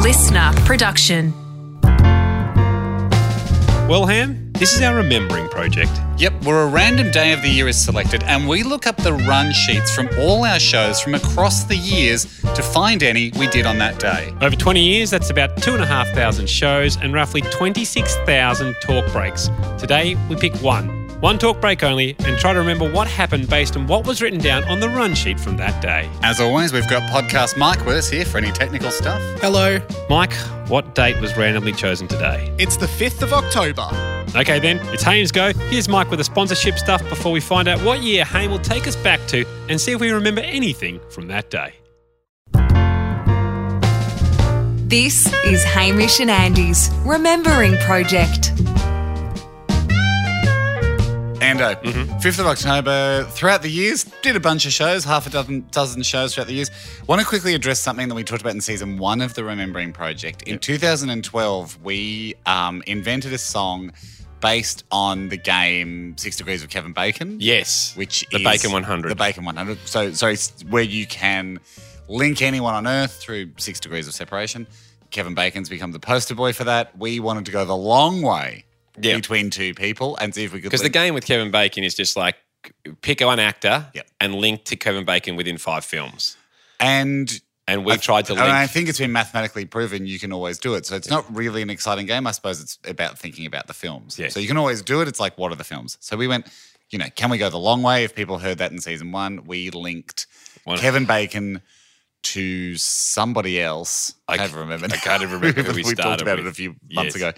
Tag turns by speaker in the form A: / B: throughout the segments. A: listener production.
B: Well, Han, this is our remembering project.
C: Yep, where a random day of the year is selected and we look up the run sheets from all our shows from across the years to find any we did on that day.
B: Over 20 years, that's about 2,500 shows and roughly 26,000 talk breaks. Today, we pick one. One talk break only and try to remember what happened based on what was written down on the run sheet from that day.
C: As always, we've got podcast Mike with us here for any technical stuff.
D: Hello,
B: Mike, what date was randomly chosen today?
D: it's the 5th of October.
B: Okay, then, it's Haim's go. Here's Mike with the sponsorship stuff before we find out what year Haim will take us back to and see if we remember anything from that day.
A: This is Hamish and Andy's Remembering Project.
C: Ando, 5th of October, throughout the years, did a bunch of shows, half a dozen, dozen shows throughout the years. Want to quickly address something that we talked about in season one of the Remembering Project. In 2012, we um, invented a song based on the game Six Degrees of Kevin Bacon.
B: Yes.
C: which
B: the
C: is
B: Bacon 100.
C: The Bacon 100. So, so it's where you can link anyone on Earth through six degrees of separation. Kevin Bacon's become the poster boy for that. We wanted to go the long way
E: Yeah.
C: between two people and see if we could.
E: Because the
C: link-
E: game with Kevin Bacon is just like pick one actor
C: Yep.
E: and link to Kevin Bacon within five films.
C: and
E: And we've tried to
C: and I
E: link.
C: think it's been mathematically proven you can always do it. So it's not really an exciting game. I suppose it's about thinking about the films.
E: Yeah.
C: So you can always do it. It's like, what are the films? So we went, you know, can we go the long way? If people heard that in season one, we linked
E: One-
C: Kevin Bacon to somebody else. I
E: c-
C: can't remember.
E: I can't even remember who we
C: talked
E: started
C: about
E: with.
C: it a few months
E: Yes.
C: ago.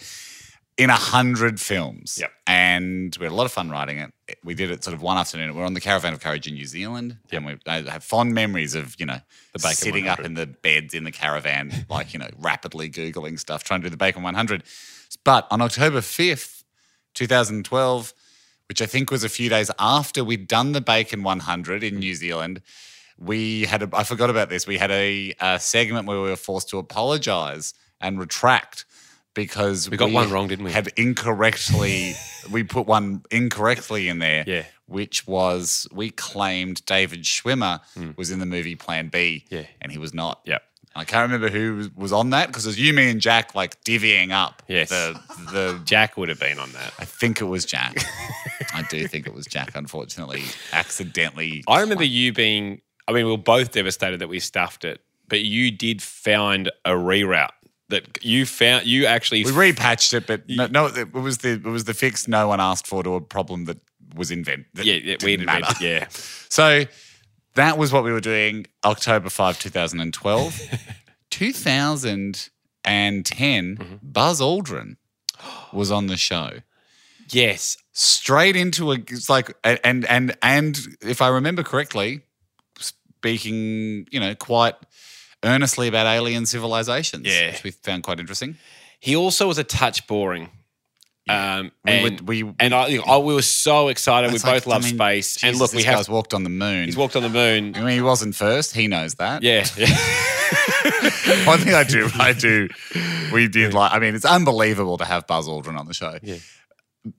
C: In a hundred films.
E: Yep.
C: And we had a lot of fun writing it. We did it sort of one afternoon. We were on the Caravan of Courage in New Zealand. And we I have fond memories of, you know,
E: The Bacon
C: sitting up
E: 100.
C: in the beds in the caravan, like, you know, rapidly Googling stuff, trying to do the Bacon 100. But on October 5th, 2012, which I think was a few days after we'd done the Bacon 100 in New Zealand, we had, a, I forgot about this, we had a, uh segment where we were forced to apologize and retract because
E: We got one wrong, didn't we?
C: Had incorrectly, we put one incorrectly in there
E: Yeah.
C: which was we claimed David Schwimmer was in the movie Plan B,
E: Hmm. Yeah.
C: and he was not.
E: Yep.
C: I can't remember who was- was on that because it was you, me, and Jack like divvying up.
E: Yes.
C: the the
E: Jack would have been on that.
C: I think it was Jack. I do think it was Jack. Unfortunately, accidentally.
E: I remember you being, I mean, we were both devastated that we stuffed it, but you did find a reroute that you found, you actually.
C: we repatched it, but no, no, it was the it was the fix no one asked for to a problem that was invented. that
E: yeah, yeah, we
C: didn't
E: did.
C: matter.
E: Yeah.
C: So that was what we were doing October 5, 2012. 2010,
E: Mm-hmm.
C: Buzz Aldrin was on the show.
E: Yes.
C: Straight into a, it's like, and, and, and if I remember correctly, speaking, you know, quite earnestly about alien civilizations,
E: Yeah.
C: which we found quite interesting.
E: He also was a touch boring. Um,
C: We would-
E: and,
C: we-
E: and I, I, we were so excited.
C: It's
E: we
C: like,
E: both love
C: I mean,
E: space. and
C: Jesus,
E: look, we
C: this
E: have.
C: guy's walked on the moon.
E: He's walked on the moon.
C: I mean, he wasn't first. He knows that.
E: Yeah.
C: One thing I do, I do. We did like. I mean, it's unbelievable to have Buzz Aldrin on the show.
E: Yeah.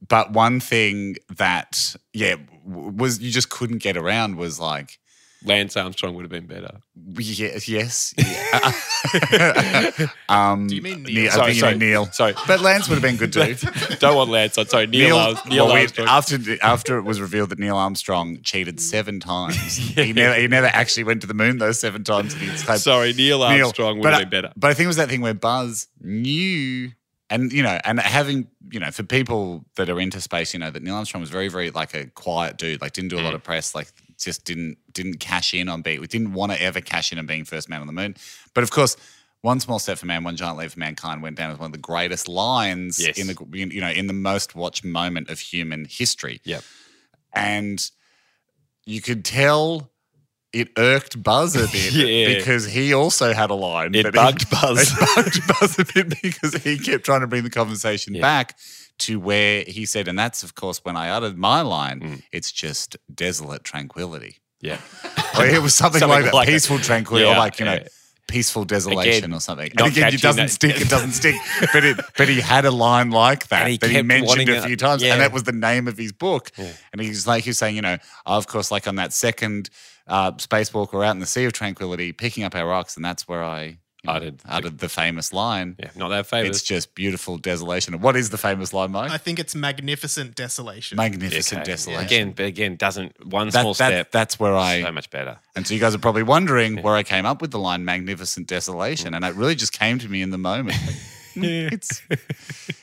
C: But one thing that, yeah, w- was you just couldn't get around was like,
E: Lance Armstrong would have been better.
C: yeah, yes, yeah. um,
D: Do you mean Neil?
C: I
E: Sorry,
C: think you
E: sorry.
C: mean Neil.
E: Sorry.
C: But Lance would have been good too.
E: Don't want Lance. I'm sorry. Neil, Ars- Neil
C: well, we-
E: Armstrong.
C: after after it was revealed that Neil Armstrong cheated seven times, he never he never actually went to the moon those seven times. that He claimed,
E: sorry, Neil
C: Neil.
E: Armstrong would
C: But
E: have
C: I-
E: been better.
C: But I think it was that thing where Buzz knew, and you know, and having you know, for people that are into space, you know, that Neil Armstrong was very, very like a quiet dude, like didn't do a
E: Mm.
C: lot of press, like just didn't didn't cash in on being, didn't want to ever cash in on being first man on the moon. But of course. One small step for man, one giant leap for mankind went down as one of the greatest lines
E: Yes.
C: in the you know in the most watched moment of human history
E: Yep.
C: and you could tell it irked Buzz a bit
E: Yeah.
C: because he also had a line.
E: It
C: but
E: bugged
C: he,
E: Buzz.
C: It bugged Buzz a bit because he kept trying to bring the conversation
E: Yeah.
C: back to where he said, and that's of course when I uttered my line.
E: Mm.
C: It's just desolate tranquility.
E: Yeah.
C: Or it was something,
E: Something
C: like that,
E: like that.
C: peaceful tranquility, or
E: Yeah,
C: like you know.
E: yeah.
C: Peaceful desolation
E: Again,
C: or something. And
E: not
C: again,
E: catchy,
C: it doesn't
E: no.
C: stick. It doesn't stick. But it, but he had a line like that
E: And he
C: that he
E: kept
C: mentioned
E: wanting
C: a
E: it.
C: few times,
E: Yeah.
C: and that was the name of his book. And he's like, he was saying, you know, "Oh, of course, like on that second uh, spacewalk, we're out in the Sea of Tranquility, picking up our rocks, and that's where I
E: uttered.
C: uttered the famous line.
E: Yeah, not that favour.
C: It's just beautiful desolation. And What is the famous line, Mike?
D: I think it's magnificent desolation.
C: Magnificent
E: Okay.
C: desolation.
E: Again, but again, doesn't one
C: That-
E: small
C: that-
E: step
C: that's where I.
E: so much better.
C: And so you guys are probably wondering where I came up with the line "magnificent desolation," and it really just came to me in the moment. it's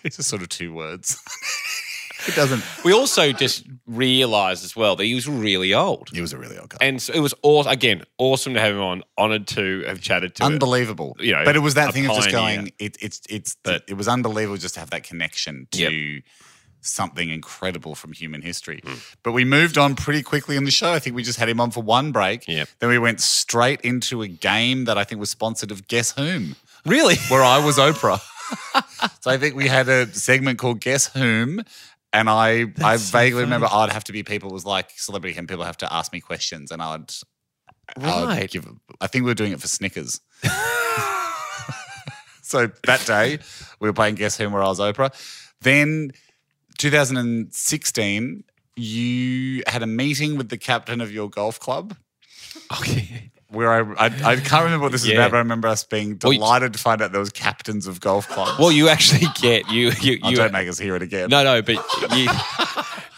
C: it's just sort of two words. it doesn't.
E: We also just realised as well that he was really old.
C: It was a really old guy.
E: And so it was awesome. Again, awesome to have him on. Honoured to have chatted to him.
C: unbelievable.
E: you know,
C: but it was
E: a
C: that thing of just
E: pioneer.
C: going. It, it's it's
E: But-
C: it was unbelievable just to have that connection to. Something incredible from human history.
E: Hmm.
C: But we moved on pretty quickly in the show. I think we just had him on for one break.
E: Yep.
C: Then we went straight into a game that I think was sponsored of Guess Whom,
E: Really?
C: where I was Oprah. so I think we had a segment called Guess Whom. And I, I vaguely remember I'd have to be people, it was like celebrity and people have to ask me questions. And I'd, I'd
E: Right.
C: give, I think we were doing it for Snickers. So that day, we were playing Guess Who, where I was Oprah. Then, 2016, you had a meeting with the captain of your golf club.
E: Okay.
C: Where I, I, I can't remember what this is
E: Yeah.
C: about, but I remember us being
E: Well, you-
C: delighted to find out there was captains of golf clubs.
E: Well, you actually get you you
C: Oh,
E: you
C: don't make us hear it again.
E: no no, but you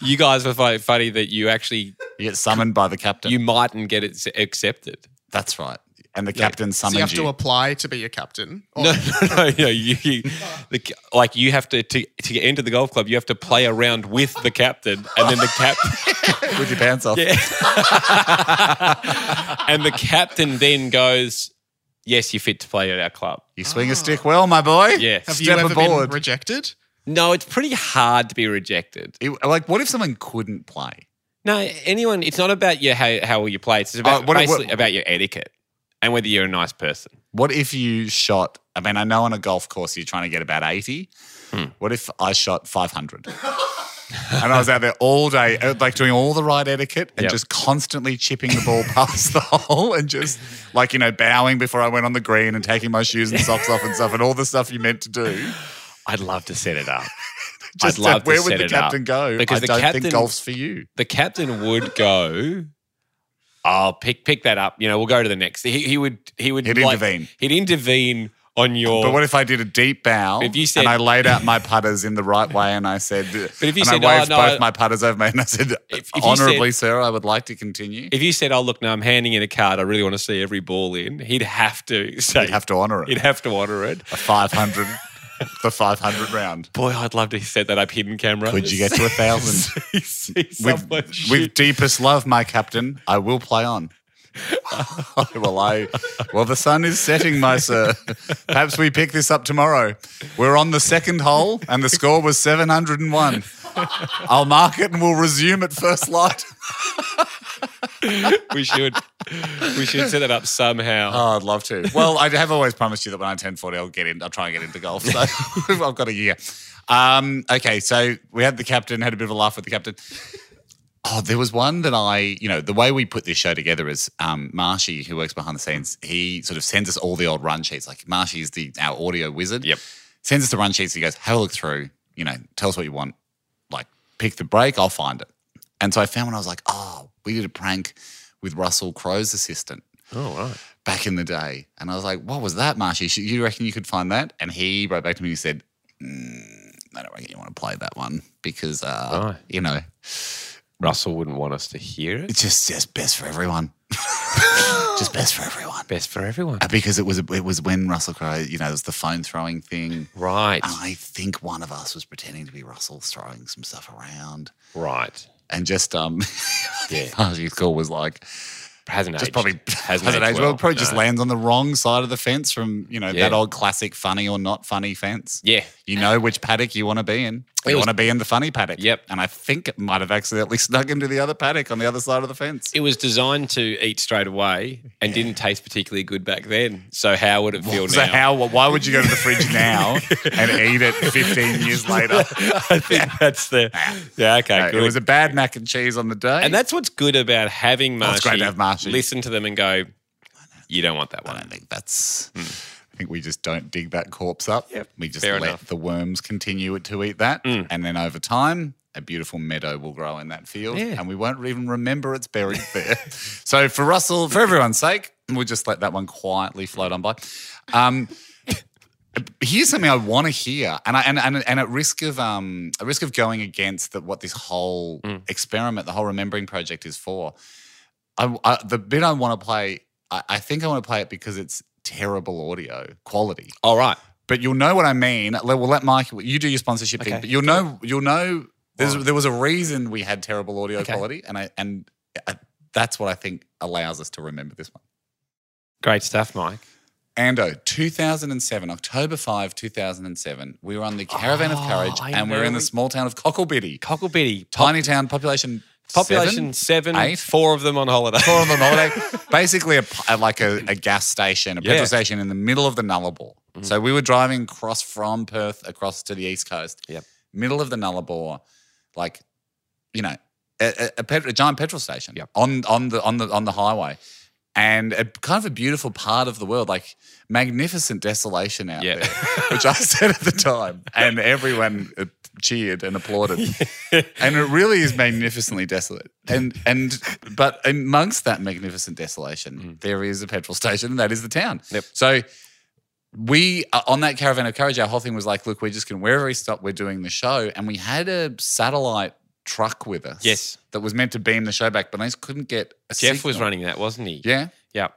E: you guys were funny, funny that you actually
C: You get summoned by the captain.
E: you mightn't get it s- accepted.
C: That's right. And the captain
D: So you
C: summons
D: have
C: you.
D: to apply to be a captain. Or-
E: No, no, no, no. You, you the, like you have to, to to get into the golf club. You have to play around with the captain, and then the cap,
C: with your pants off.
E: and the captain then goes, "Yes, you're fit to play at our club."
C: You swing a stick well, my boy.
E: Yeah.
D: Have you
C: Step
D: ever
C: aboard.
D: been rejected?
E: No, it's pretty hard to be rejected.
C: It- like, what if someone couldn't play?
E: No, anyone. It's not about your how, how well you play. It's about
C: Uh, what-
E: basically
C: what-
E: about your etiquette and whether you're a nice person.
C: What if you shot? I mean, I know on a golf course you're trying to get about 80.
E: Hmm.
C: What if I shot 500? and I was out there all day, uh, like doing all the right etiquette and
E: Yep.
C: just constantly chipping the ball past the hole and just like, you know, bowing before I went on the green and taking my shoes and socks off and stuff and all the stuff you meant to do.
E: I'd love to set it up.
C: Just uh,
E: I'd love
C: where
E: to
C: would
E: set
C: the
E: it up.
C: captain go?
E: Because
C: I
E: the
C: don't
E: captain-
C: think golf's for you.
E: the captain would go. I'll pick pick that up. You know, we'll go to the next. He, he would he would
C: He'd
E: like-
C: intervene.
E: He'd intervene on your.
C: But what if I did a deep bow
E: If you said-
C: and I laid out my putters in the right way and I said,
E: if you
C: and
E: said, "Oh,
C: I waved
E: no,
C: both
E: I-
C: my putters over me and I said,
E: If- if you
C: honorably, sir, I would like to continue.
E: if you said, "Oh look, no, I'm handing in a card. I really want to see every ball in." He'd have to say.
C: You'd have to honor it.
E: He'd have to honor it.
C: a 500, the 500 round.
E: Boy, I'd love to set that up hidden camera.
C: Could you get to a thousand?
E: See- see
C: with,
E: someone
C: with
E: shoot.
C: deepest love, my captain, I will play on. well, I well the sun is setting, my sir. Perhaps we pick this up tomorrow. We're on the second hole, and the score was seven hundred and one. I'll mark it, and we'll resume at first light.
E: we should we should set that up somehow.
C: Oh, I'd love to. Well, I have always promised you that when I turn 40, I'll get in. I'll try and get into golf. So I've got a year. Um, okay, so we had the captain, had a bit of a laugh with the captain. Oh, there was one that I, you know, the way we put this show together is um, Marshy, who works behind the scenes, he sort of sends us all the old run sheets. Like Marshy is the our audio wizard.
E: Yep.
C: Sends us the run sheets. He goes, have a look through. You know, tell us what you want. Like, pick the break. I'll find it. And so I found when I was like, oh, we did a prank with Russell Crowe's assistant back in the day. And I was like, what was that, Marshy? Sh- You reckon you could find that? And he wrote back to me and he said, mm, I don't reckon you want to play that one because, uh,
E: Right.
C: you know,
E: Russell wouldn't want us to hear it.
C: it's just, just best for everyone. just best for everyone.
E: Best for everyone,
C: Uh, Because it was it was when Russell Crowe, you know, there was the phone throwing thing.
E: right?
C: And I think one of us was pretending to be Russell, throwing some stuff around,
E: Right.
C: and just um,
E: Yeah.
C: Marshy's call was like,
E: Hasn't
C: just
E: aged.
C: probably
E: hasn't,
C: hasn't aged well. Probably just
E: No.
C: lands on the wrong side of the fence from you know
E: Yeah.
C: that old classic funny or not funny fence.
E: Yeah.
C: You know which paddock you want to be in.
E: It
C: You
E: was-
C: want to be in the funny paddock.
E: Yep.
C: And I think it might have accidentally snuck into the other paddock on the other side of the fence.
E: It was designed to eat straight away and didn't taste particularly good back then. So how would it feel
C: so
E: now?
C: how? Why would you go to the fridge now and eat it 15 years later?
E: I think that's the yeah. Okay,
C: No,
E: good.
C: it was a bad mac and cheese on the day.
E: and that's what's good about having
C: Oh,
E: Marshy.
C: it's great to have Marshy.
E: Listen to them and go. You don't want that
C: I
E: one.
C: don't think that's. I think we just don't dig that corpse up.
E: Hmm. Yep,
C: We just
E: fair
C: let
E: enough. Mm.
C: the worms continue to eat that, and then over time, a beautiful meadow will grow in that field,
B: Yeah.
C: and we won't even remember it's buried there. so for Russell, for everyone's sake, we'll just let that one quietly float on by. Um, here's something I want to hear, and I and, and and at risk of um at risk of going against the, what this whole
E: Mm.
C: experiment, the whole remembering project is for. I, I the bit I want to play, I, I think I want to play it because it's terrible audio quality.
E: All right.
C: But you'll know what I mean. Let- We'll let Mike. You do your sponsorship thing,
B: Okay.
C: but you'll know. You'll know. There's, there was a reason we had terrible audio quality, and I and I, that's what I think allows us to remember this one.
B: Great stuff, Mike.
C: Ando, 2007, October 5, 2007, we were on the Caravan of
B: Oh,
C: Courage
B: I
C: and we
B: know
C: we're in the
B: we-
C: small town of Cocklebiddy.
B: Cocklebiddy.
C: Tiny town, population
E: Population seven,
C: eight?
E: four of them on holiday.
C: Four of them holiday. Basically, a, p- a- like a, a gas station, a petrol
E: Yeah. Mm-hmm.
C: station in the middle of the Nullarbor. So we were driving across from Perth across to the east coast.
E: Yep.
C: Middle of the Nullarbor, like you know, a, a, a, pet, a giant petrol station
E: Yep.
C: on on the on the on the highway, and a kind of a beautiful part of the world, like magnificent desolation out
E: Yeah.
C: there, which I said at the time, and everyone uh, cheered and applauded, and it really is magnificently desolate. And and but amongst that magnificent desolation, there is a petrol station, and that is the town.
E: Mm. Yep.
C: So we uh, on that caravan of courage our whole thing was like look we're just going wherever we stop we're doing the show and we had a satellite truck with us
E: Yes.
C: that was meant to beam the show back but i just couldn't get a
E: Jeff was
C: signal.
E: running that, wasn't he?
C: yeah
E: Yeah.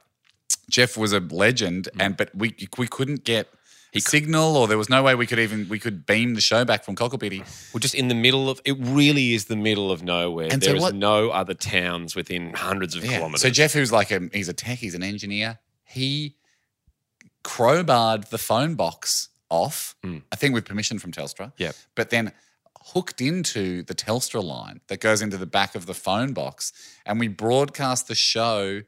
C: jeff was a legend and but we we couldn't get a
E: Mm. c-
C: signal or there was no way we could even we could beam the show back from cocklebiddy
E: We're just in the middle of it. Really is the middle of nowhere. There
C: And
E: is
C: so what-
E: no other towns within hundreds of
C: yeah.
E: kilometers.
C: so jeff who's like a he's a tech he's an engineer he crowbarred the phone box off
E: Mm.
C: i think with permission from telstra
E: Yep.
C: but then hooked into the Telstra line that goes into the back of the phone box, and we broadcast the show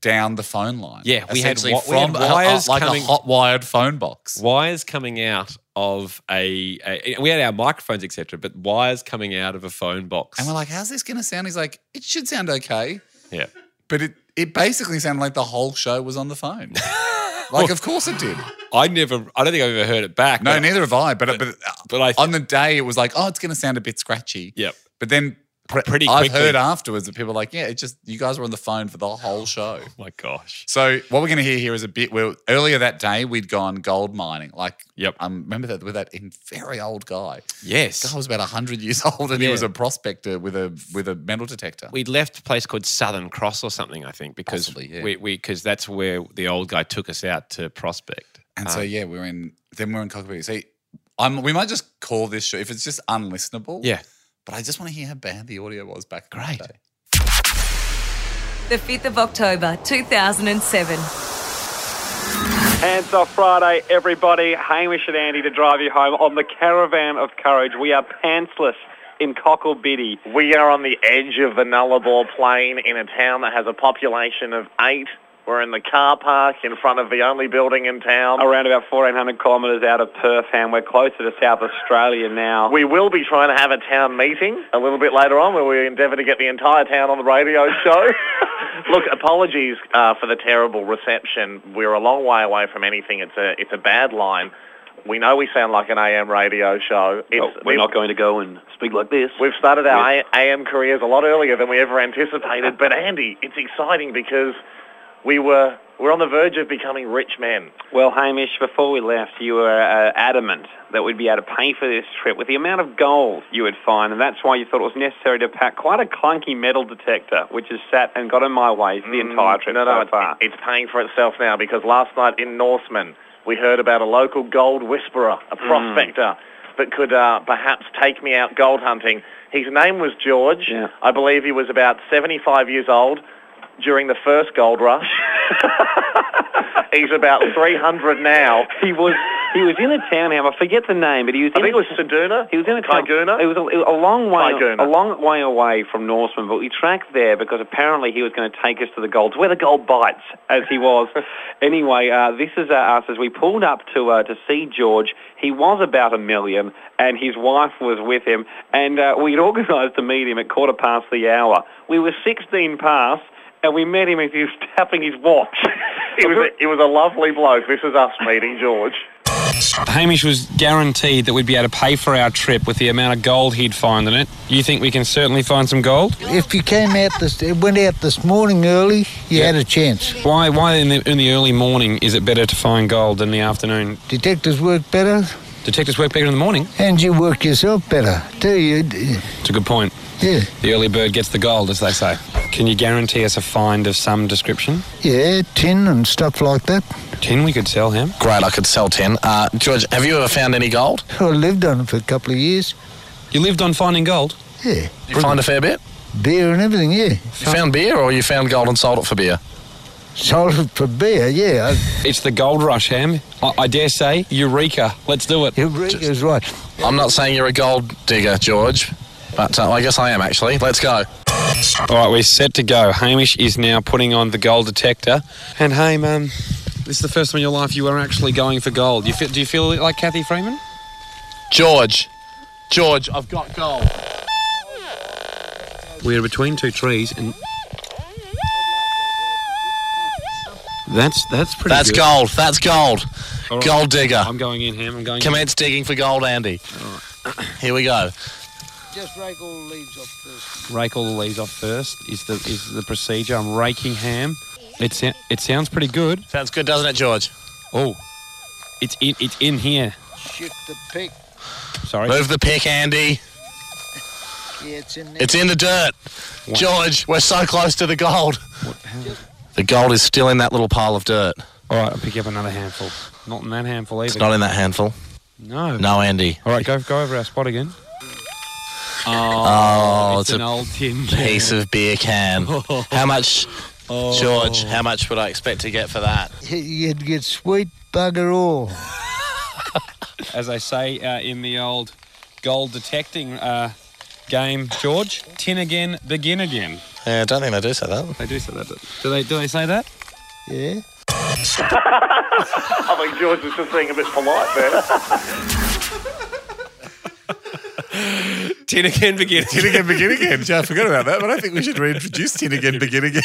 C: down the phone line.
E: Yeah, we had
C: Essentially
E: wi- we had
C: a- a-
E: wires
C: like
E: coming-
C: a hot wired phone box.
E: wires coming out of a, a we had our microphones etc but wires coming out of a phone box
C: And we're like, "How's this going to sound?" He's like, "It should sound okay,"
E: yeah
C: but it it basically sounded like the whole show was on the phone. like, of course it did.
E: i never i don't think i've ever heard it back
C: No,
E: but-
C: neither have I. But but,
E: but i
C: on the day, it was like, "Oh, it's going to sound a bit scratchy."
E: yep
C: But then.
E: Pretty
C: I've
E: quickly.
C: heard afterwards that people are like, yeah, it just you guys were on the phone for the whole show.
E: my gosh
C: So what we're going to hear here is a bit where earlier that day we'd gone gold mining. Like,
E: Yep.
C: I remember that with that in- very old guy.
E: yes
C: Guy was about hundred years old, and he
E: Yeah.
C: was a prospector with a with a metal detector.
E: we'd left a place called southern cross or something i think because
C: Possibly, yeah.
E: we because that's where the old guy took us out to prospect
C: and so yeah, we were in. Then we are in Cockapoo. So I'm, we might just call this show if it's just unlistenable.
E: yeah
C: But I just want to hear how bad the audio was back. in the
E: Great.
C: day.
A: The 5th of October 2007.
F: Hands off Friday, everybody. Hamish and Andy to drive you home on the Caravan of Courage. We are pantsless in Cocklebiddy.
G: We are on the edge of the Nullarbor Plain in a town that has a population of eight. We're in the car park in front of the only building in town.
F: Around about 1,400 kilometres out of Perth, and we're closer to South Australia now.
G: We will be trying to have a town meeting a little bit later on where we endeavour to get the entire town on the radio show. Look, apologies uh, for the terrible reception. We're a long way away from anything. It's a, it's a bad line. We know we sound like an AM radio show. It's,
H: we're not going to go and speak like this.
G: We've started our A- AM careers a lot earlier than we ever anticipated, but Andy, it's exciting because we were we're on the verge of becoming rich men.
F: Well, Hamish, before we left, you were uh, adamant that we'd be able to pay for this trip with the amount of gold you would find, and that's why you thought it was necessary to pack quite a clunky metal detector, which has sat and got in my way the entire trip
G: Mm, No,
F: so
G: no, it-
F: far.
G: it's paying for itself now because last night in Norseman we heard about a local gold whisperer, a
F: Hmm.
G: prospector that could uh, perhaps take me out gold hunting. His name was George.
F: Yeah.
G: I believe he was about 75 years old during the first gold rush. He's about 300 now.
F: he was he was in a townhouse. I forget the name, but he was.
G: I
F: in
G: think it
F: a-
G: was Seduna.
F: He was in a town-
G: Kaiguna?
F: It was a, it was a long way,
G: Kaiguna.
F: a long way away from Norseman, but we tracked there because apparently he was going to take us to the golds, where the gold bites, as he was. anyway, uh, this is uh, us as we pulled up to uh, to see George. He was about a million, and his wife was with him, and uh, we'd organised to meet him at quarter past the hour. We were sixteen past, and we met him as he was tapping his watch.
G: It was, a, it was a lovely bloke. This is us meeting George.
B: Hamish was guaranteed that we'd be able to pay for our trip with the amount of gold he'd find in it. You think we can certainly find some gold?
I: If you came out this, it went out this morning early, you had a chance.
B: Why? Why in the in the early morning is it better to find gold than the afternoon?
I: Detectives work better,
B: Detectives work better in the morning.
I: and you work yourself better, do you? D-
B: It's a good point.
I: Yeah,
B: The early bird gets the gold, as they say. Can you guarantee us a find of some description?
I: yeah, tin and stuff like that.
B: Tin we could sell him.
J: Great, I could sell 10. Uh, George, have you ever found any gold?
I: I lived on it for a couple of years.
B: You lived on finding gold.
I: Yeah,
J: You find a fair bit?
I: beer and everything. Yeah,
J: You found beer or you found gold and sold it for beer?
I: sold it for beer. Yeah, I-
B: It's the gold rush, Ham. I, I dare say, Eureka. Let's do it.
I: Eureka's right.
J: I'm not saying you're a gold digger, George, but uh, I guess I am actually. Let's go.
B: All right, we're set to go. Hamish is now putting on the gold detector. And Ham, um, this is the first time in your life you are actually going for gold. You feel, do you feel like Kathy Freeman?
J: George, George, I've got gold.
B: We're between two trees, and that's that's pretty.
J: That's
B: good.
J: gold. That's gold.
B: All right.
J: Gold digger.
B: I'm going in, Ham. I'm going. in.
J: Commence digging for gold, Andy. Here we go.
I: Just rake all the leaves off first.
B: rake all the leaves off first. Is the is the procedure? I'm raking ham. It sou- it sounds pretty good.
J: Sounds good, doesn't it, George?
B: Oh, it's in it's in here.
I: Shift the pick.
B: Sorry.
J: Move the pick, Andy.
I: Yeah, it's in there.
J: It's in the dirt. George, we're so close to the gold. The gold is still in that little pile of dirt.
B: All right, I'll pick up another handful. Not in that handful either.
J: It's not in that handful.
B: no.
J: No, Andy.
B: All right, go go over our spot again.
J: Oh, it's,
B: an
J: a
B: old tin can.
J: piece of beer can. How much, Oh. George? How much would I expect to get for that?
I: You'd get sweet bugger all.
B: As I say uh, in the old gold detecting uh, game, George, tin again, begin again.
J: Yeah, I don't think they do say that.
B: They do say that. Do they? Do they say that?
I: Yeah.
G: I think George was just being a bit polite there.
E: Tin again begin.
C: Tin again, begin again. Gee, I forgot about that, but I think we should reintroduce tin again, begin again.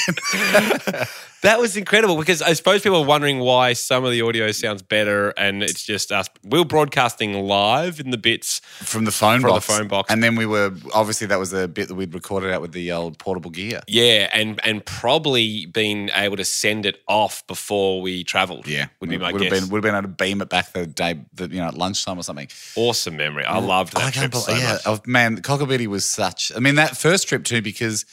E: That was incredible because I suppose people are wondering why some of the audio sounds better and it's just us. We're broadcasting live in the bits.
C: From the phone
E: From the
C: box.
E: phone box.
C: And then we were, obviously, that was the bit that we'd recorded out with the old portable gear.
E: Yeah, and and probably been able to send it off before we travelled. would be my
C: would
E: guess.
C: have been would have been able to beam it back the day, the, you know, at lunchtime or something.
E: awesome memory. I loved that
C: I
E: trip
C: can't believe,
E: so
C: yeah,
E: much.
C: oh, man, Cockabitty was such. I mean, that first trip too, because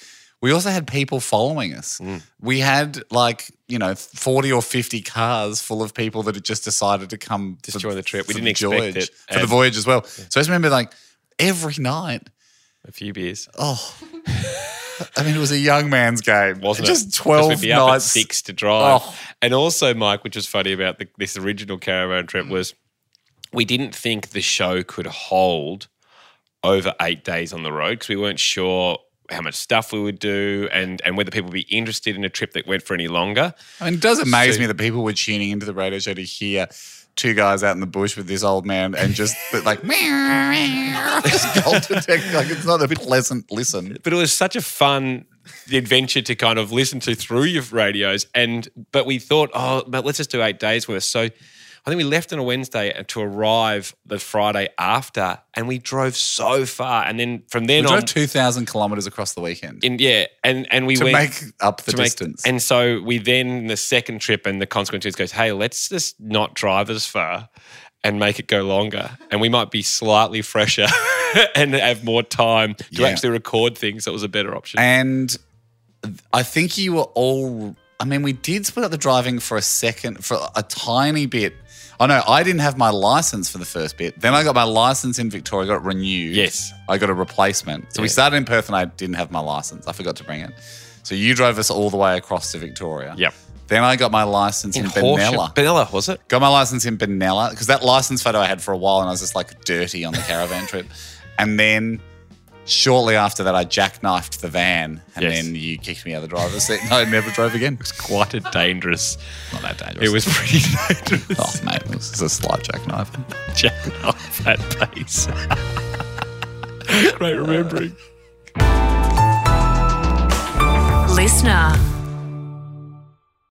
C: we also had people following us.
E: Mm.
C: We had like you know forty or fifty cars full of people that had just decided to come
E: Just join the trip. We
C: for
E: didn't
C: the
E: expect
C: voyage-
E: it.
C: for the
E: And-
C: voyage as well. So I just remember like every night.
E: A few beers.
C: Oh, I mean, it was a young man's game,
E: wasn't it?
C: just
E: 'Cause
C: twelve
E: we'd be
C: nights.
E: up at six to drive.
C: Oh.
E: And also, Mike, which was funny about the, this original caravan
C: Mm.
E: trip was we didn't think the show could hold over eight days on the road because we weren't sure how much stuff we would do and and whether people would be interested in a trip that went for any longer.
C: I mean, it does amaze
E: So-
C: me that people were tuning into the radio show to hear two guys out in the bush with this old man and just like meow, meow, this gold detector. Like it's not a pleasant listen.
E: But it was such a fun adventure to kind of listen to through your radios. And but we thought, oh, but let's just do eight days worth. So I think we left on a Wednesday to arrive the Friday after, and we drove so far. And then from
C: We
E: then on,
C: drove two thousand kilometers across the weekend
E: in, yeah, and and we
C: to
E: went
C: make up the
E: to make-
C: distance.
E: and so we then the second trip and the consequences goes, hey, let's just not drive as far and make it go longer, and we might be slightly fresher. and have more time to
C: Yeah.
E: actually record things. That was a better option.
C: And I think you were all. I mean, we did split up the driving for a second, for a tiny bit. Oh no, I didn't have my license for the first bit. Then I got my license in Victoria, got renewed.
E: Yes.
C: I got a replacement. So we
E: Yeah.
C: started in Perth and I didn't have my license. I forgot to bring it. So you drove us all the way across to Victoria.
E: Yep.
C: Then I got my license in, Benalla.
E: Benella, was it?
C: Got my license in Benalla because that license photo I had for a while and I was just like dirty on the caravan trip. And then shortly after that, I jackknifed the van and
E: Yes.
C: then you kicked me out of the driver's seat and I never drove again.
E: Quite a dangerous.
C: Not that dangerous.
E: It was pretty dangerous.
C: Oh, mate, it was a slight jackknife.
E: Jack off at pace. Great remembering.
A: Listener.